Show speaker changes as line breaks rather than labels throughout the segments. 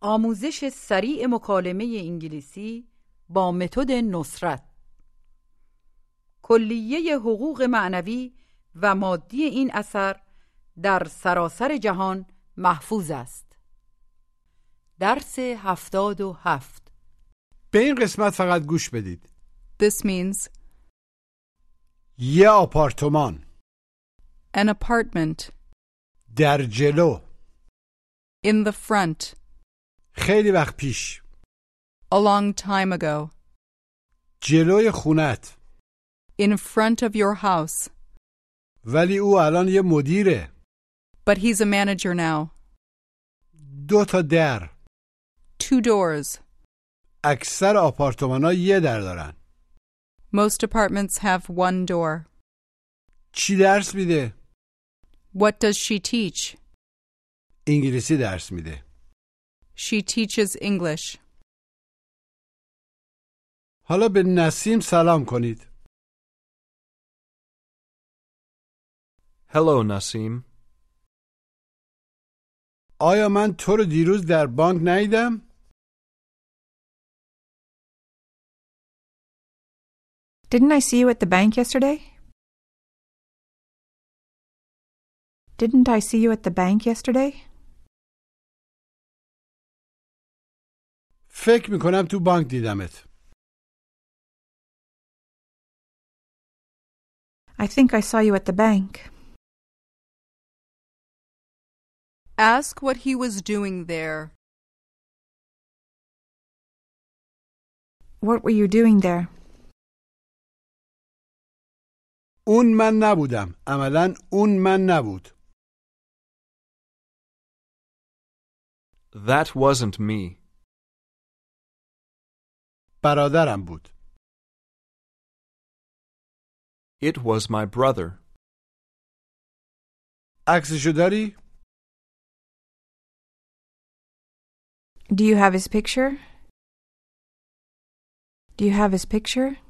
آموزش سریع مکالمه انگلیسی با متد نصرت کلیه حقوق معنوی و مادی این اثر در سراسر جهان محفوظ است درس هفتاد و هفت
به این قسمت فقط گوش بدید
This means
یه آپارتمان
an apartment
در جلو
in the front
خیلی وقت پیش
a long time ago,
جلوی خونت
in front of your house,
ولی او الان یه مدیره
but he's a manager now.
دو تا در
Two doors.
اکثر آپارتمان ها یه در دارن
Most apartments have one door.
چی درس میده؟
What does she teach?
انگلیسی درس میده
She teaches English.
حالا به نسیم سلام کنید
Hello, Nassim.
آیا من تو رو دیروز در بانک ندیدم؟
Didn't I see you at the bank yesterday? Didn't I see you at the bank yesterday?
فکر میکنم تو بانک دیدمت
I think I saw you at the bank.
Ask what he was doing there.
What were you doing there?
اون من نبودم عملا اون من نبود
That wasn't me.
برادرم بود
It was my brother.
عکسشو داری؟
Do you have his picture? Do you have his picture?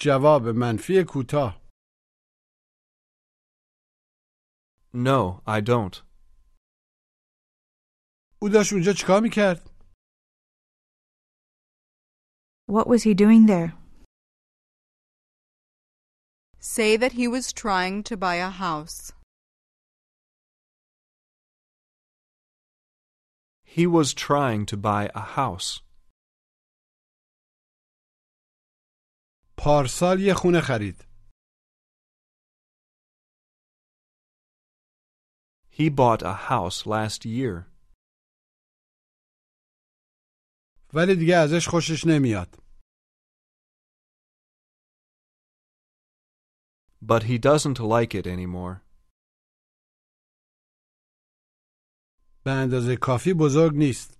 جواب منفی کوتاه
No, I don't.
او داشت اونجا چیکار میکرد؟
What was he doing there?
Say that he was trying to buy a house.
He was trying to buy a house.
پارسال یه خونه خرید
He bought a house last year,
ولی دیگه ازش خوشش نمیاد
but he doesn't like it anymore.
به اندازه کافی بزرگ نیست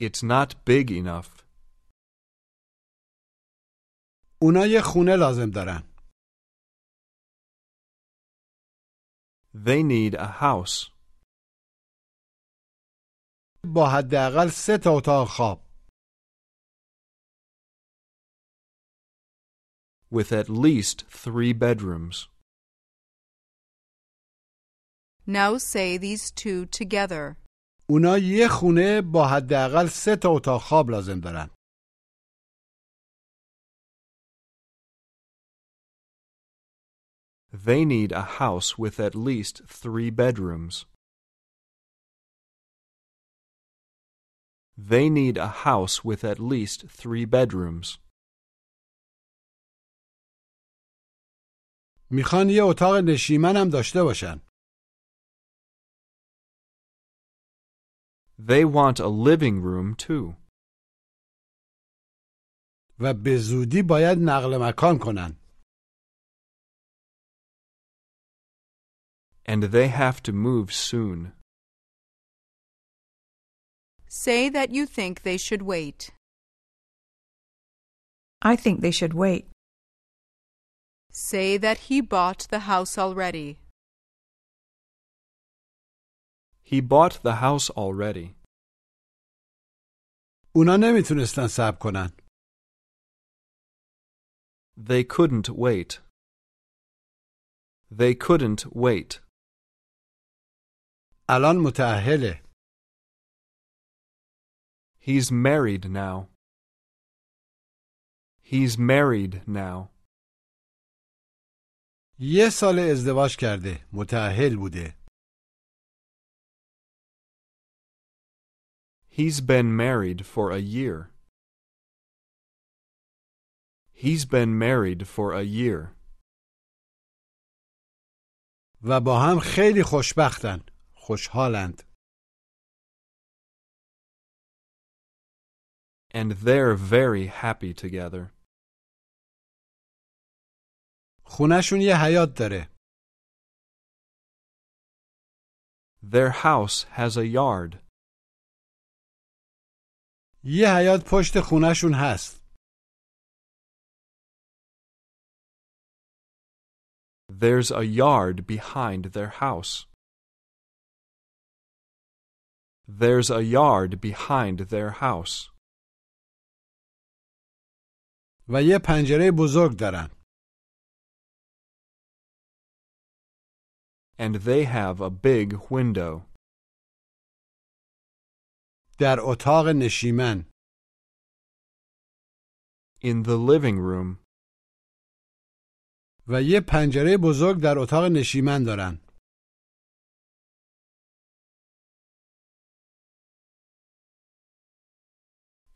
It's not big enough.
اونا یه خونه لازم دارن
They need a house
با حداقل سه تا اتاق خواب
with at least three bedrooms.
Now say these two together.
اونا یه خونه با حداقل سه تا اتاق خواب لازم دارن
They need a house with at least three bedrooms. They need a house with at least three bedrooms.
میخوان یه اتاق نشیمن هم داشته باشن
They want a living room too,
و به زودی باید نقل مکان کنن
and they have to move soon.
Say that you think they should wait.
I think they should wait.
Say that he bought the house already.
He bought the house already.
اونا نمیتونستن صبر کنن
They couldn't wait. They couldn't wait.
الان متعهله
He's married now. He's married now.
یه سال ازدواج کرده متعهل بوده
He's been married for a year. He's been married for a year.
و با هم خیلی خوشبختن خوشحالند
And they're very happy together.
خونشون یه حیات داره
Their house has a yard.
یه حیات پشت خونشون هست
There's a yard behind their house. There's a yard behind their house.
و یه پنجره بزرگ دارن
And they have a big window.
در اتاق نشیمن
In the living room,
و یه پنجره بزرگ در اتاق نشیمن دارن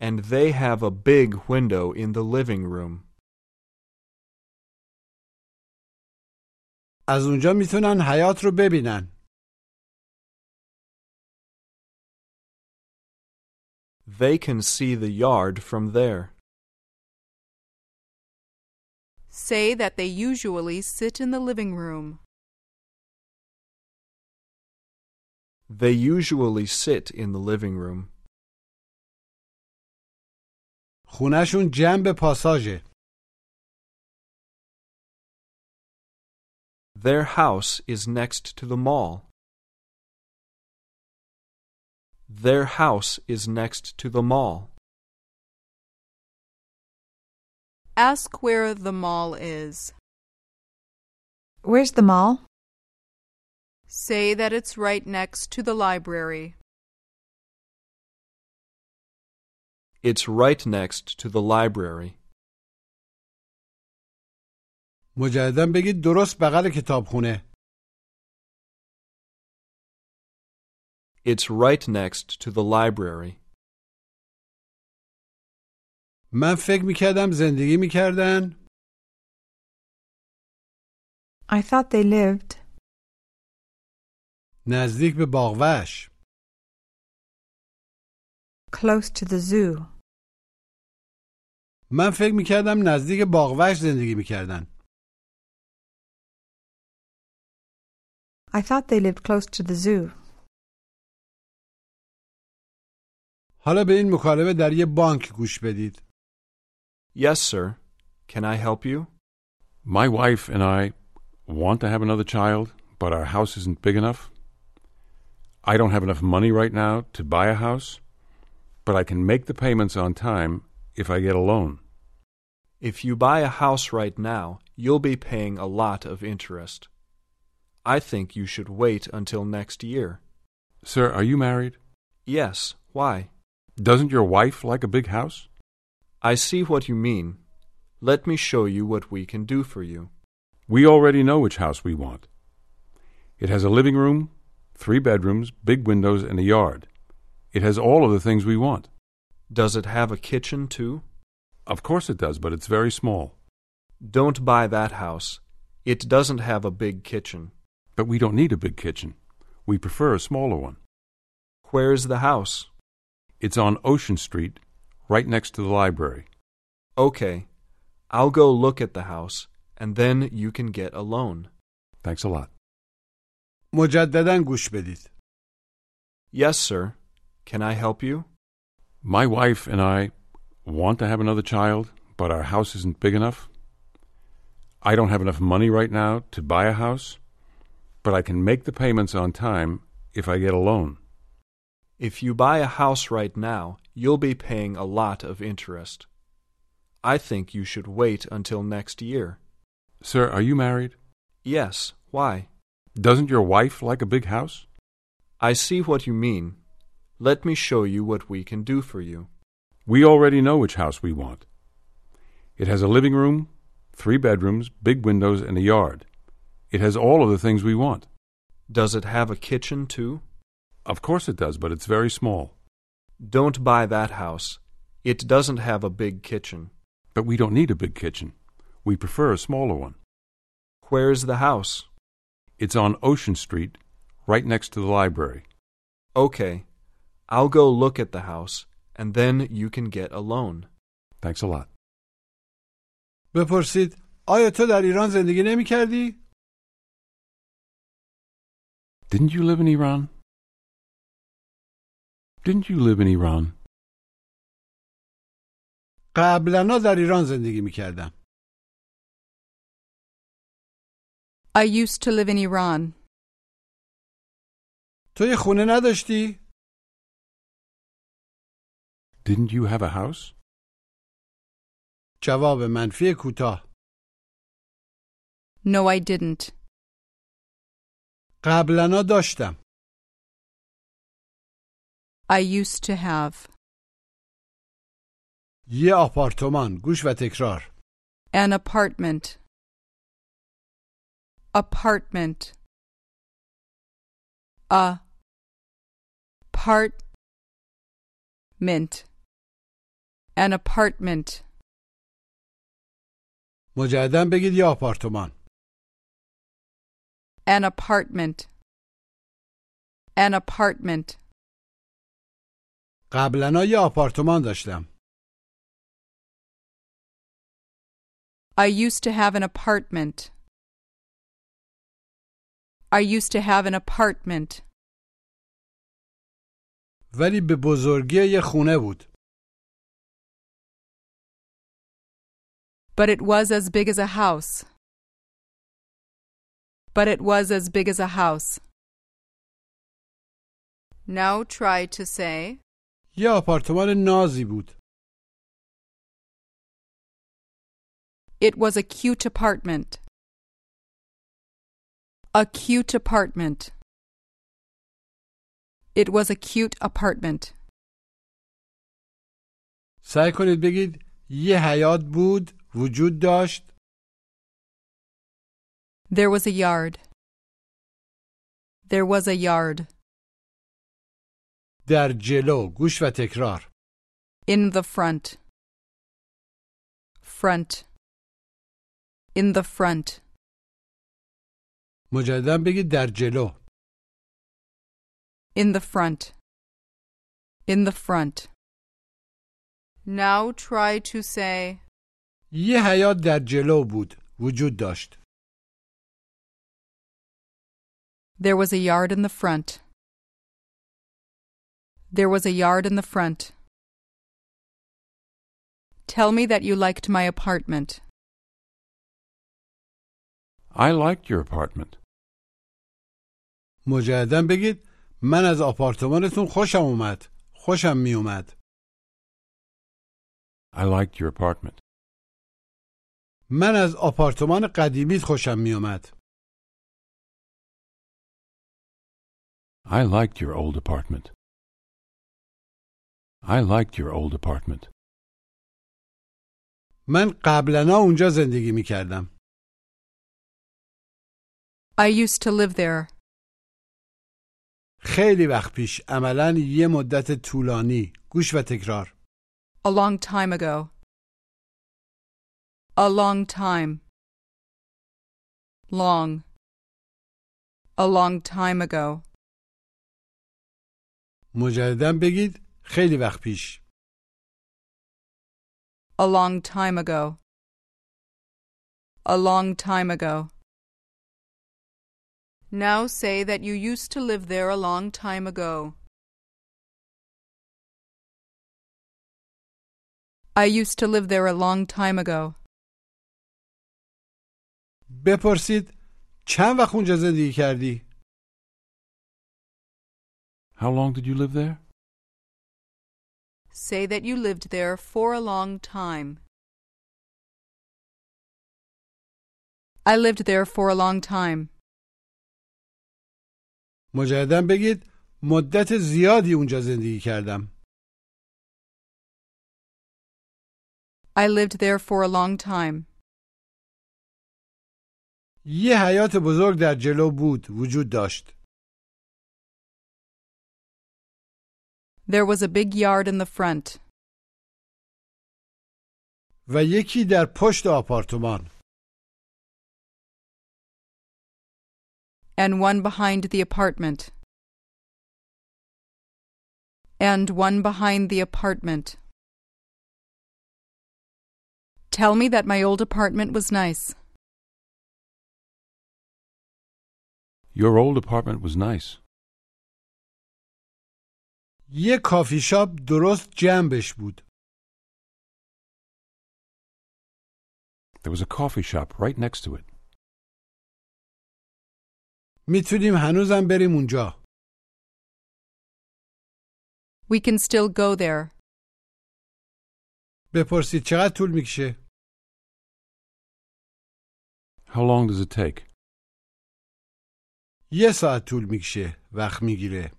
and they have a big window in the living room.
از اونجا میتونن حیات رو ببینن
They can see the yard from there.
Say that they usually sit in the living room.
They usually sit in the living room.
خونشون جنب پاساژه
Their house is next to the mall. Their house is next to the mall.
Ask where the mall is.
Where's the mall?
Say that it's right next to the library.
It's right next to the library.
مجددا بگید درست بغل کتابخونه
It's right next to the library.
من فکر میکردم زندگی میکردن
I thought they lived
نزدیک به باغوش
close to the zoo.
من فکر میکردم نزدیک باغوش زندگی میکردن
I thought they lived close to the zoo.
حالا به این مکالمه در یه بانک گوش بدید
Yes, sir. Can I help you?
My wife and I want to have another child, but our house isn't big enough. I don't have enough money right now to buy a house, but I can make the payments on time if I get a loan.
If you buy a house right now, you'll be paying a lot of interest. I think you should wait until next year.
Sir, are you married?
Yes, why?
Doesn't your wife like a big house?
I see what you mean. Let me show you what we can do for you.
We already know which house we want. It has a living room, three bedrooms, big windows, and a yard. It has all of the things we want.
Does it have a kitchen too?
Of course it does, but it's very small.
Don't buy that house. It doesn't have a big kitchen.
But we don't need a big kitchen. We prefer a smaller one.
Where is the house?
It's on Ocean Street, right next to the library.
Okay. I'll go look at the house, and then you can get a loan.
Thanks a lot.
مجددا گوش بدید
Yes, sir. Can I help you?
My wife and I want to have another child, but our house isn't big enough. I don't have enough money right now to buy a house, but I can make the payments on time if I get a loan.
If you buy a house right now, you'll be paying a lot of interest. I think you should wait until next year.
Sir, are you married?
Yes, why?
Doesn't your wife like a big house?
I see what you mean. Let me show you what we can do for you.
We already know which house we want. It has a living room, three bedrooms, big windows, and a yard. It has all of the things we want.
Does it have a kitchen, too?
Of course it does, but it's very small.
Don't buy that house. It doesn't have a big kitchen.
But we don't need a big kitchen. We prefer a smaller one.
Where is the house?
It's on Ocean Street, right next to the library.
Okay. I'll go look at the house, and then you can get a loan.
Thanks a lot.
بپرسید آیا تو در ایران زندگی نمی کردی؟
Didn't you live in Iran? Didn't you live in Iran?
قبلا در ایران زندگی می کردم.
I used to live in Iran.
تو یه خونه نداشتی؟
Didn't you have a house?
جواب منفی کوتاه.
No, I didn't.
قبلا داشتم.
I used to have
یه آپارتمان گوش و تکرار.
an apartment. Apartment. A part mint. An apartment.
مجددا بگید یه آپارتمان.
An apartment. An apartment.
قبلا یه آپارتمان داشتم.
I used to have an apartment. I used to have an apartment,
ولی به بزرگی یه خونه بود.
but it was as big as a house. But it was as big as a house. Now try to say,
یه آپارتمان نازی بود.
It was a cute apartment. A cute apartment. It was a cute apartment.
سعی کنید بگید یه حیات بود، وجود داشت.
There was a yard. There was a yard.
در جلو گوش و تکرار.
In the front. Front. In the front.
مجددا بگید در جلو.
In the front. In the front. Now try to say,
یه حیات در جلو بود، وجود داشت.
There was a yard in the front. There was a yard in the front. Tell me that you liked my apartment.
I liked your apartment.
مجددا بگید من از آپارتمانتون خوشم اومد. خوشم می اومد.
I liked your apartment.
من از آپارتمان قدیمیت خوشم می اومد.
I liked your old apartment. I liked your old apartment.
من قبلا اونجا زندگی می کردم.
I used to live there.
خیلی وقت پیش عملا یه مدت طولانی گوش و تکرار
A long time ago. A long time. Long. A long time ago.
مجددا بگید خیلی وقت پیش
A long time ago. A long time ago. Now say that you used to live there a long time ago. I used to live there a long time ago.
بپرسید چند وقت اونجا زندگی کردی؟
How long did you live there?
Say that you lived there for a long time. I lived there for a long time.
مجددا بگید مدت زیادی اونجا زندگی کردم.
I lived there for a long time.
یه حیات بزرگ در جلو بود وجود داشت.
There was a big yard in the front
و یکی در پشت آپارتمان.
and one behind the apartment. And one behind the apartment. Tell me that my old apartment was nice.
Your old apartment was nice.
یه کافی شاپ درست جنبش بود.
There was a coffee shop right next to it.
میتونیم هنوزم بریم اونجا.
We can still go there.
بپرسید چقدر طول میکشه؟
How long does it take?
یه ساعت طول میکشه. وقت میگیره.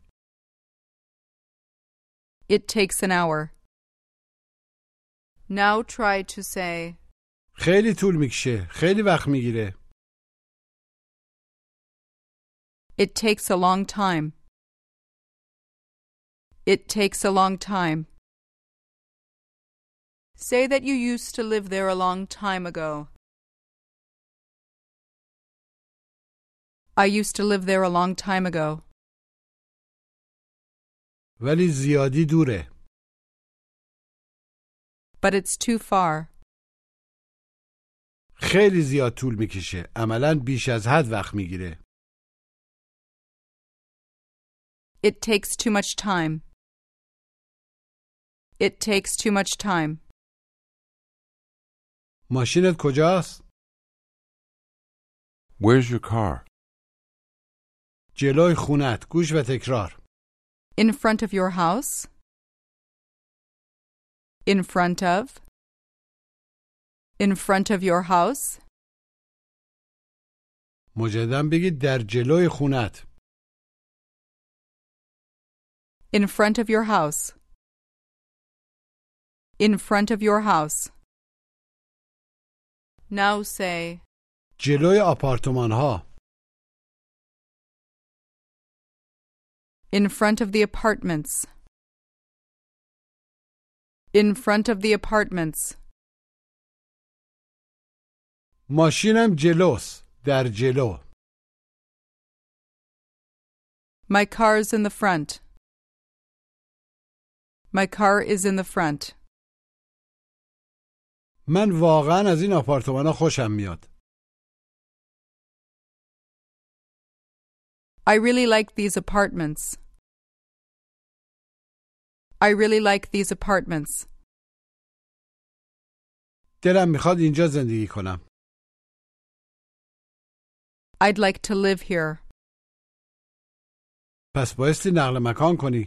It takes an hour. Now try to say,
خیلی طول میکشه. خیلی وقت میگیره.
It takes a long time. It takes a long time. Say that you used to live there a long time ago. I used to live there a long time ago,
ولی زیادی دوره.
but it's too far.
خیلی زیاد طول میکشه. عملا بیش از حد وقت میگیره.
It takes too much time. It takes too much time.
ماشینت کجاست؟
Where's your car?
جلوی خونت. گوش و تکرار.
In front of your house? In front of? In front of your house?
مجددا بگید در جلوی خونت.
In front of your house. In front of your house. Now say,
جلوی آپارتمان ها.
in front of the apartments. In front of the apartments.
ماشینم جلوس. در جلو.
My car's in the front. My car is in the front.
من واقعا از این آپارتمان ها خوشم میاد.
I really like these apartments. I really like these apartments.
دلم میخواد اینجا زندگی کنم.
I'd like to live here.
پس بایستی نقل مکان کنی.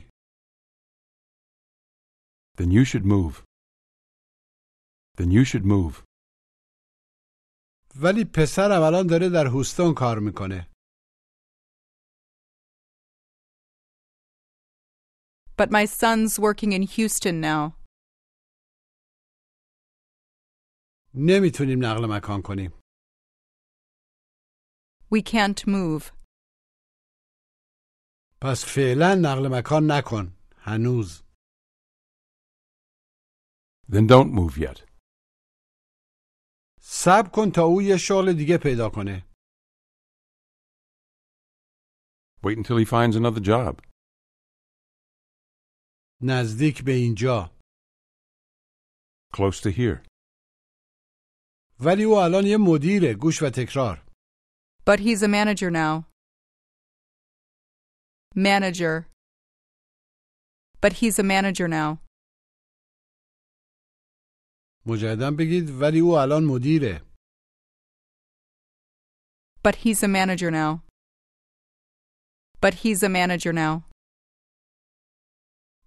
Then you should move. Then you should move.
ولی پسرم الان داره در هوستون کار میکنه.
But my son's working in Houston now.
نمیتونیم نقل مکان کنیم.
We can't move.
پس فعلا نقل مکان نکن. هنوز.
Then don't move yet.
صبر کن تا او یه شغل دیگه پیدا کنه.
Wait until he finds another job.
نزدیک به اینجا.
Close to here.
ولی او الان یه مدیره. گوش و تکرار.
But he's a manager now. Manager. But he's a manager now.
مجددا بگید ولی او الان مدیره.
But he's a manager now. But he's a manager now.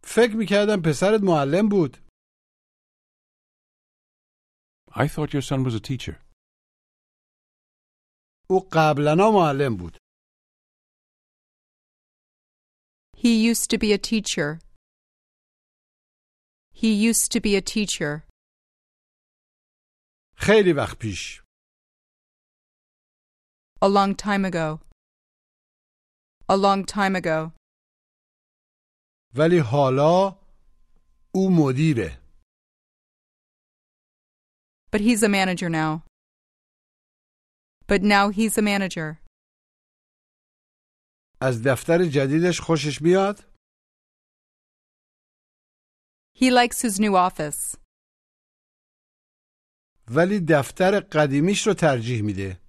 فکر میکردم پسرت معلم بود.
I thought your son was a teacher.
او قبلنا معلم بود.
He used to be a teacher. He used to be a teacher.
خیلی وقت پیش
A long time ago. A long time ago.
ولی حالا او مدیره
But he's a manager now. But now he's a manager.
از دفتر جدیدش خوشش میاد
He likes his new office.
ولی دفتر قدیمیش رو ترجیح میده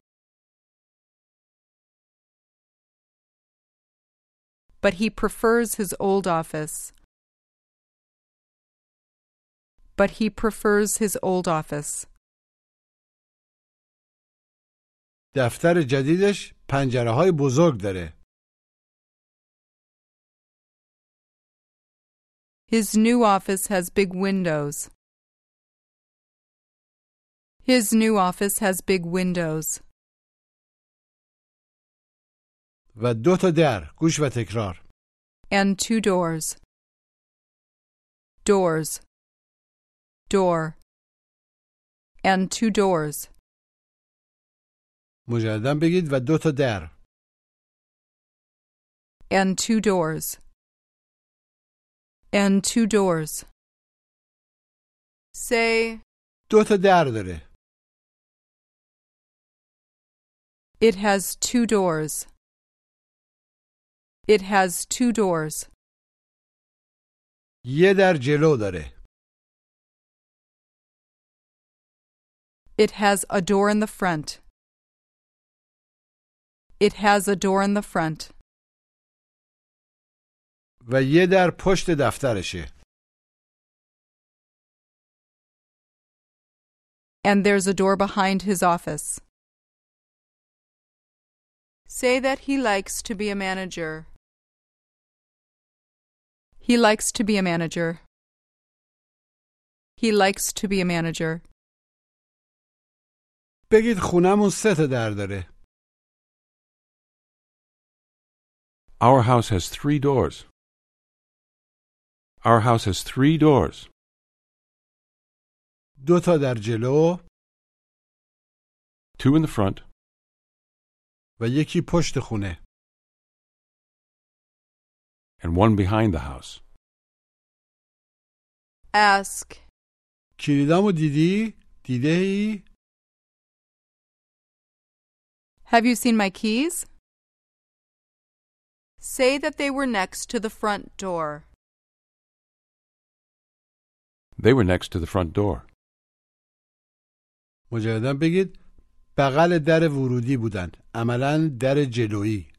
But he prefers his old office. But he prefers his old office.
دفتر جدیدش پنجره های بزرگ داره
His new office has big windows. His new office has big windows
و دو تا در گوش و تکرار
and two doors. Doors. Door. And two doors.
مجددا بگید و دو تا در
And two doors. And two doors. Say,
دو تا در داره
It has two doors. It has two doors.
یه در جلو داره
It has a door in the front. It has a door in the front.
و یه در پشت دفترشه
And there's a door behind his office. Say that he likes to be a manager. He likes to be a manager. He likes to be a manager.
بگید خونمون سه تا در داره
Our house has three doors. Our house has three doors.
دو تا در جلو
Two in the front,
و یکی پشت خونه
and one behind the house.
Ask.
کلیدامو دیدی دیده ای
Have you seen my keys? Say that they were next to the front door.
They were next to the front door.
مجددا بگید بغل در ورودی بودن عملا در جلویی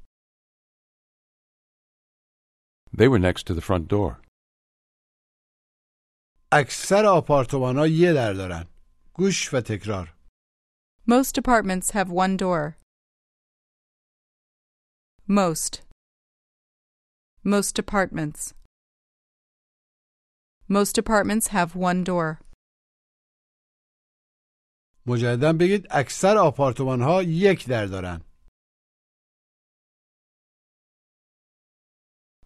They were next to the front door.
اکثر آپارتمان ها یه در دارن گوش و تکرار
Most apartments have one door. Most. Most apartments. Most apartments have one door.
مجددا بگید اکثر آپارتمان ها یک در دارن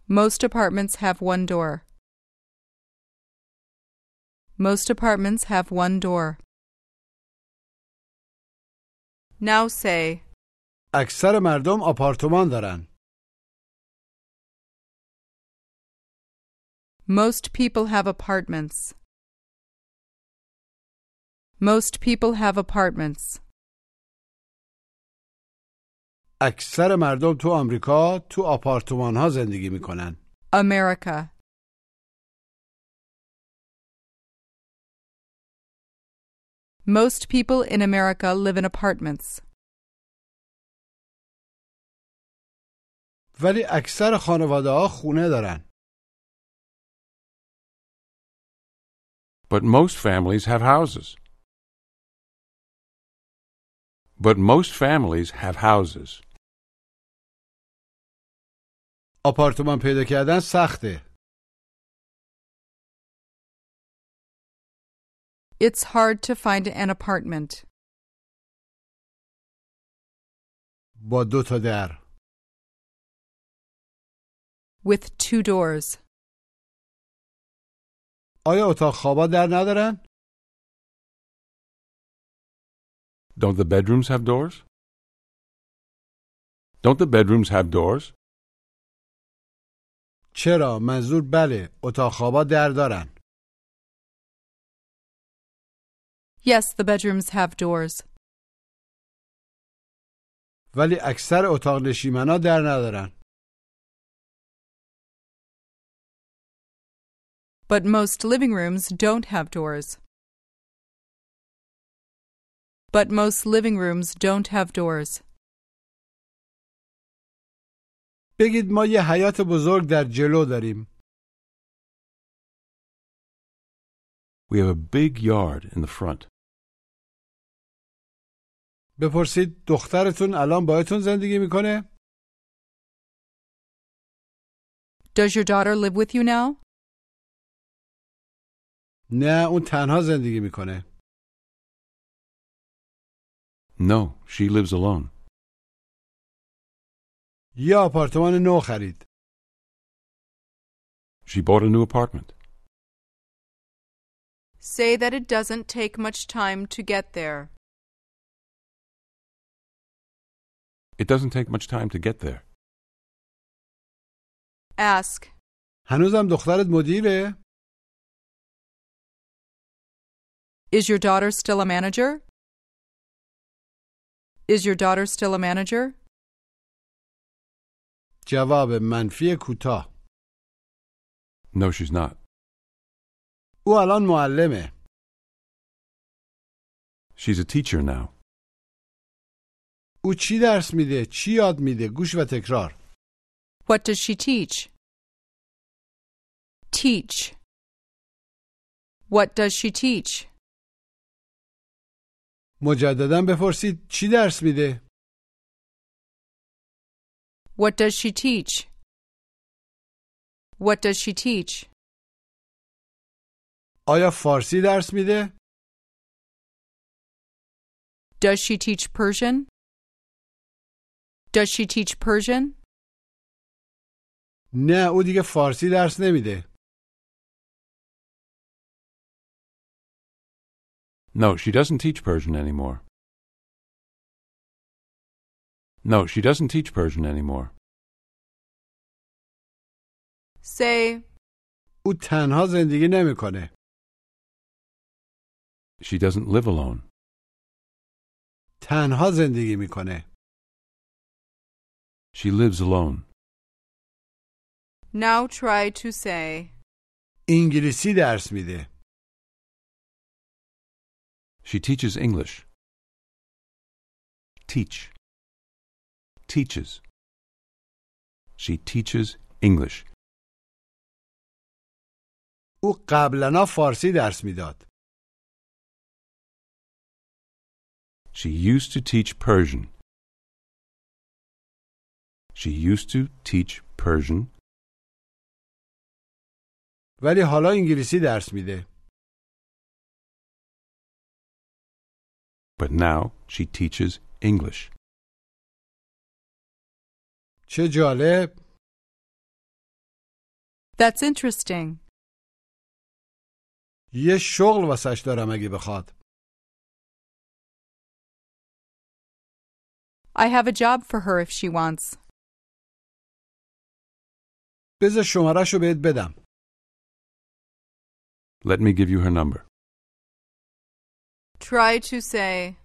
Most apartments have one door. Most apartments have one door. Now say,
اکثر مردم آپارتمان دارن
Most people have apartments. Most people have apartments.
اکثر مردم تو آمریکا تو آپارتمان ها زندگی میکنن
America. Most people in America live in apartments,
ولی اکثر خانواده ها خونه دارن
But most families have houses. But most families have houses.
آپارتمان پیدا کردن سخته
it's hard to find an apartment
با دو تا در
with two doors.
آیا اتاق خوابا در ندارن؟
Don't the bedrooms have doors? Don't the bedrooms have doors?
چرا منظور بله اتاق خوابا در دارن
Yes, the bedrooms have doors,
ولی اکثر اتاق نشیمنا در ندارن
but most living rooms don't have doors. But most living rooms don't have doors.
بگید ما یه حیات بزرگ در جلو داریم
We have a big yard in the front.
بپرسید دخترتون الان باهاتون زندگی میکنه
Does your daughter live with you now?
نه اون تنها زندگی میکنه
No, she lives alone.
یه آپارتمان نو خرید
She bought a new apartment.
Say that it doesn't take much time to get there.
It doesn't take much time to get there.
Ask,
هنوزم دخترت مدیره
Is your daughter still a manager? Is your daughter still a manager?
جواب منفی کوتاه
No, she's not.
او الان معلمه
She's a teacher now.
او چی درس میده چی یاد میده گوش و تکرار
What does she teach? Teach. What does she teach?
مجددا بپرسید چی درس میده
What does she teach? What does she teach?
آیا فارسی درس میده
Does she teach Persian? Does she teach Persian?
نه او دیگه فارسی درس نمیده
No, she doesn't teach Persian anymore. No, she doesn't teach Persian anymore.
Say,
او تنها زندگی نمیکنه
She doesn't live alone.
تنها زندگی میکنه
She lives alone.
now try to say.
انگلیسی درس میده
She teaches English. Teach. Teaches. She teaches English.
او قبلنا فارسی درس میداد
She used to teach Persian. She used to teach Persian,
ولی حالا انگلیسی درس میده
but now she teaches English.
چه جالب
That's interesting.
یه شغل واسش دارم اگه بخواد
I have a job for her if she wants.
بذار شمارهشو بهت بدم
Let me give you her number.
Try to say.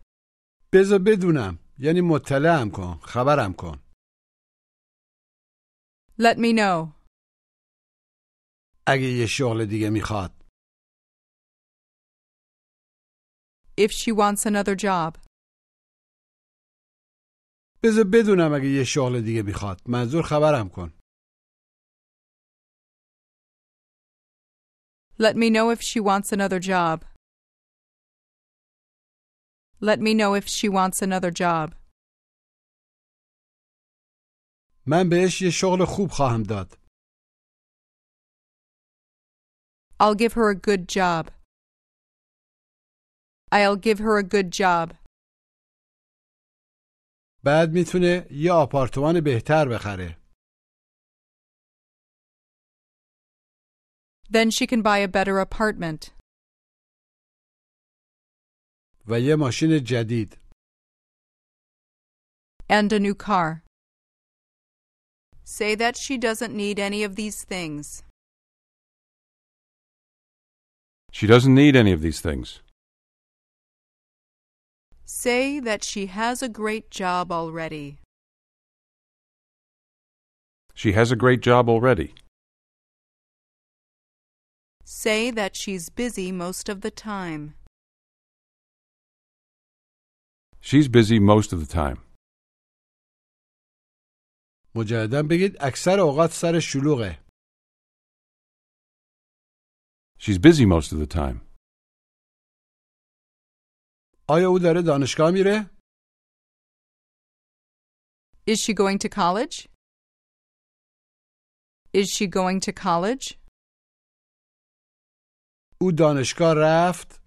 بذار بدونم یعنی مطلعم کن خبرم کن
Let me know.
اگه یه شغل دیگه میخواد
If she wants another job.
بذار بدونم اگه یه شغل دیگه میخواد منظور خبرم کن
Let me know if she wants another job. Let me know if she wants another job.
من بهش یه شغل خوب خواهم داد
I'll give her a good job. I'll give her a good job.
بعد میتونه یه آپارتمان بهتر بخره
Then she can buy a better apartment
و یه ماشین جدید
and a new car. Say that she doesn't need any of these things.
She doesn't need any of these things.
Say that she has a great job already.
She has a great job already.
Say that she's busy most of the time.
She's busy most of the time.
مجددا بگید اکثر اوقات سر شلوغه
She's busy most of the time.
آیا او داره دانشگاه میره؟
Is she going to college? Is she going to college?
او دانشگاه رفت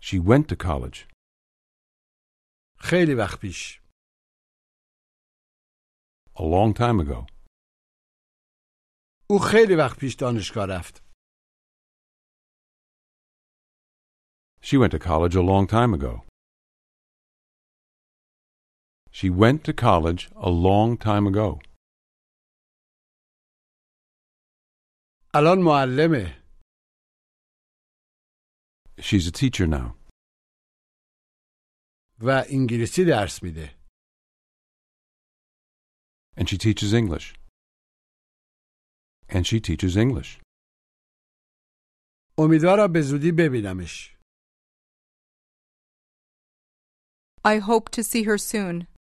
She went to college
خیلی وقت پیش
a long time ago.
او خیلی وقت پیش دانشگاه رفت
She went to college a long time ago. She went to college a long time ago.
الان معلمه
She's a teacher now,
و انگلیسی درس میده
and she teaches English. And she teaches English.
امیدوارم به زودی ببینمش
I hope to see her soon.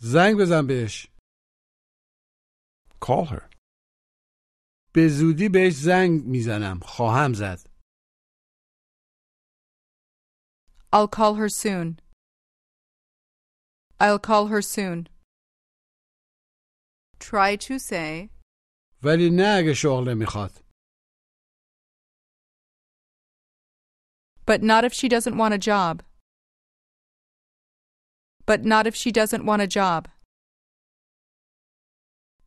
زنگ بزن بهش
Call her.
به زودی بهش زنگ میزنم خواهم زد
I'll call her soon. I'll call her soon. Try to say,
ولی نه اگه شغل نمیخواد
but not if she doesn't want a job. But not if she doesn't want a job.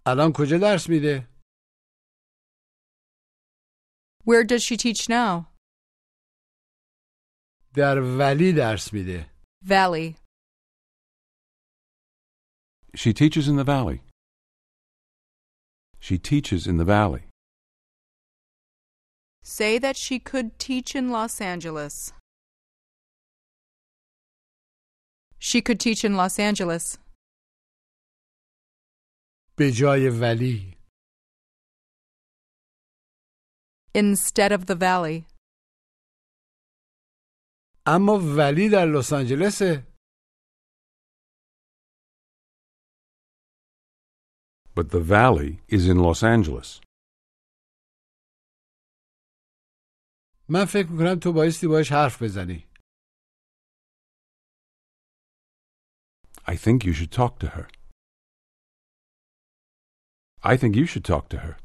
الان کجا درس میده؟
Where does she teach now?
در ولی درس میده
Valley.
She teaches in the valley. She teaches in the valley.
Say that she could teach in Los Angeles. She could teach in Los Angeles
به جای ولی
instead of the valley.
اما ولی در لس آنجلسه
But the valley is in Los Angeles.
من فکر میکنم تو بایستی باش حرف بزنی
I think you should talk to her. I think you should talk to her.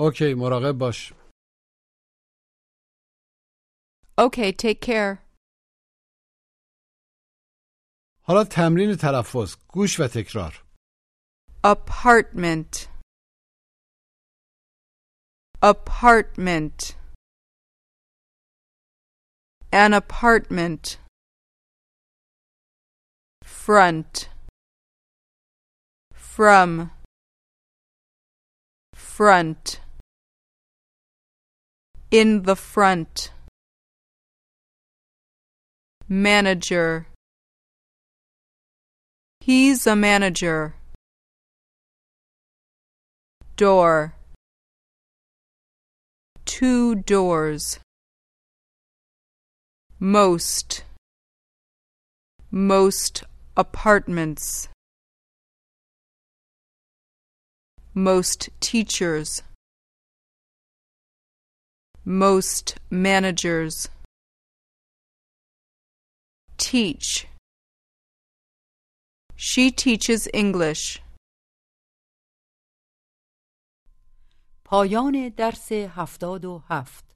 اوکی مراقب باش
Okay, take care.
حالا تمرین تلفظ گوش و تکرار
Apartment. Apartment. An apartment. Front. From. Front. In the front. Manager. He's a manager door two doors most most apartments most teachers most managers teach she teaches english
پایان درس هفتاد و هفت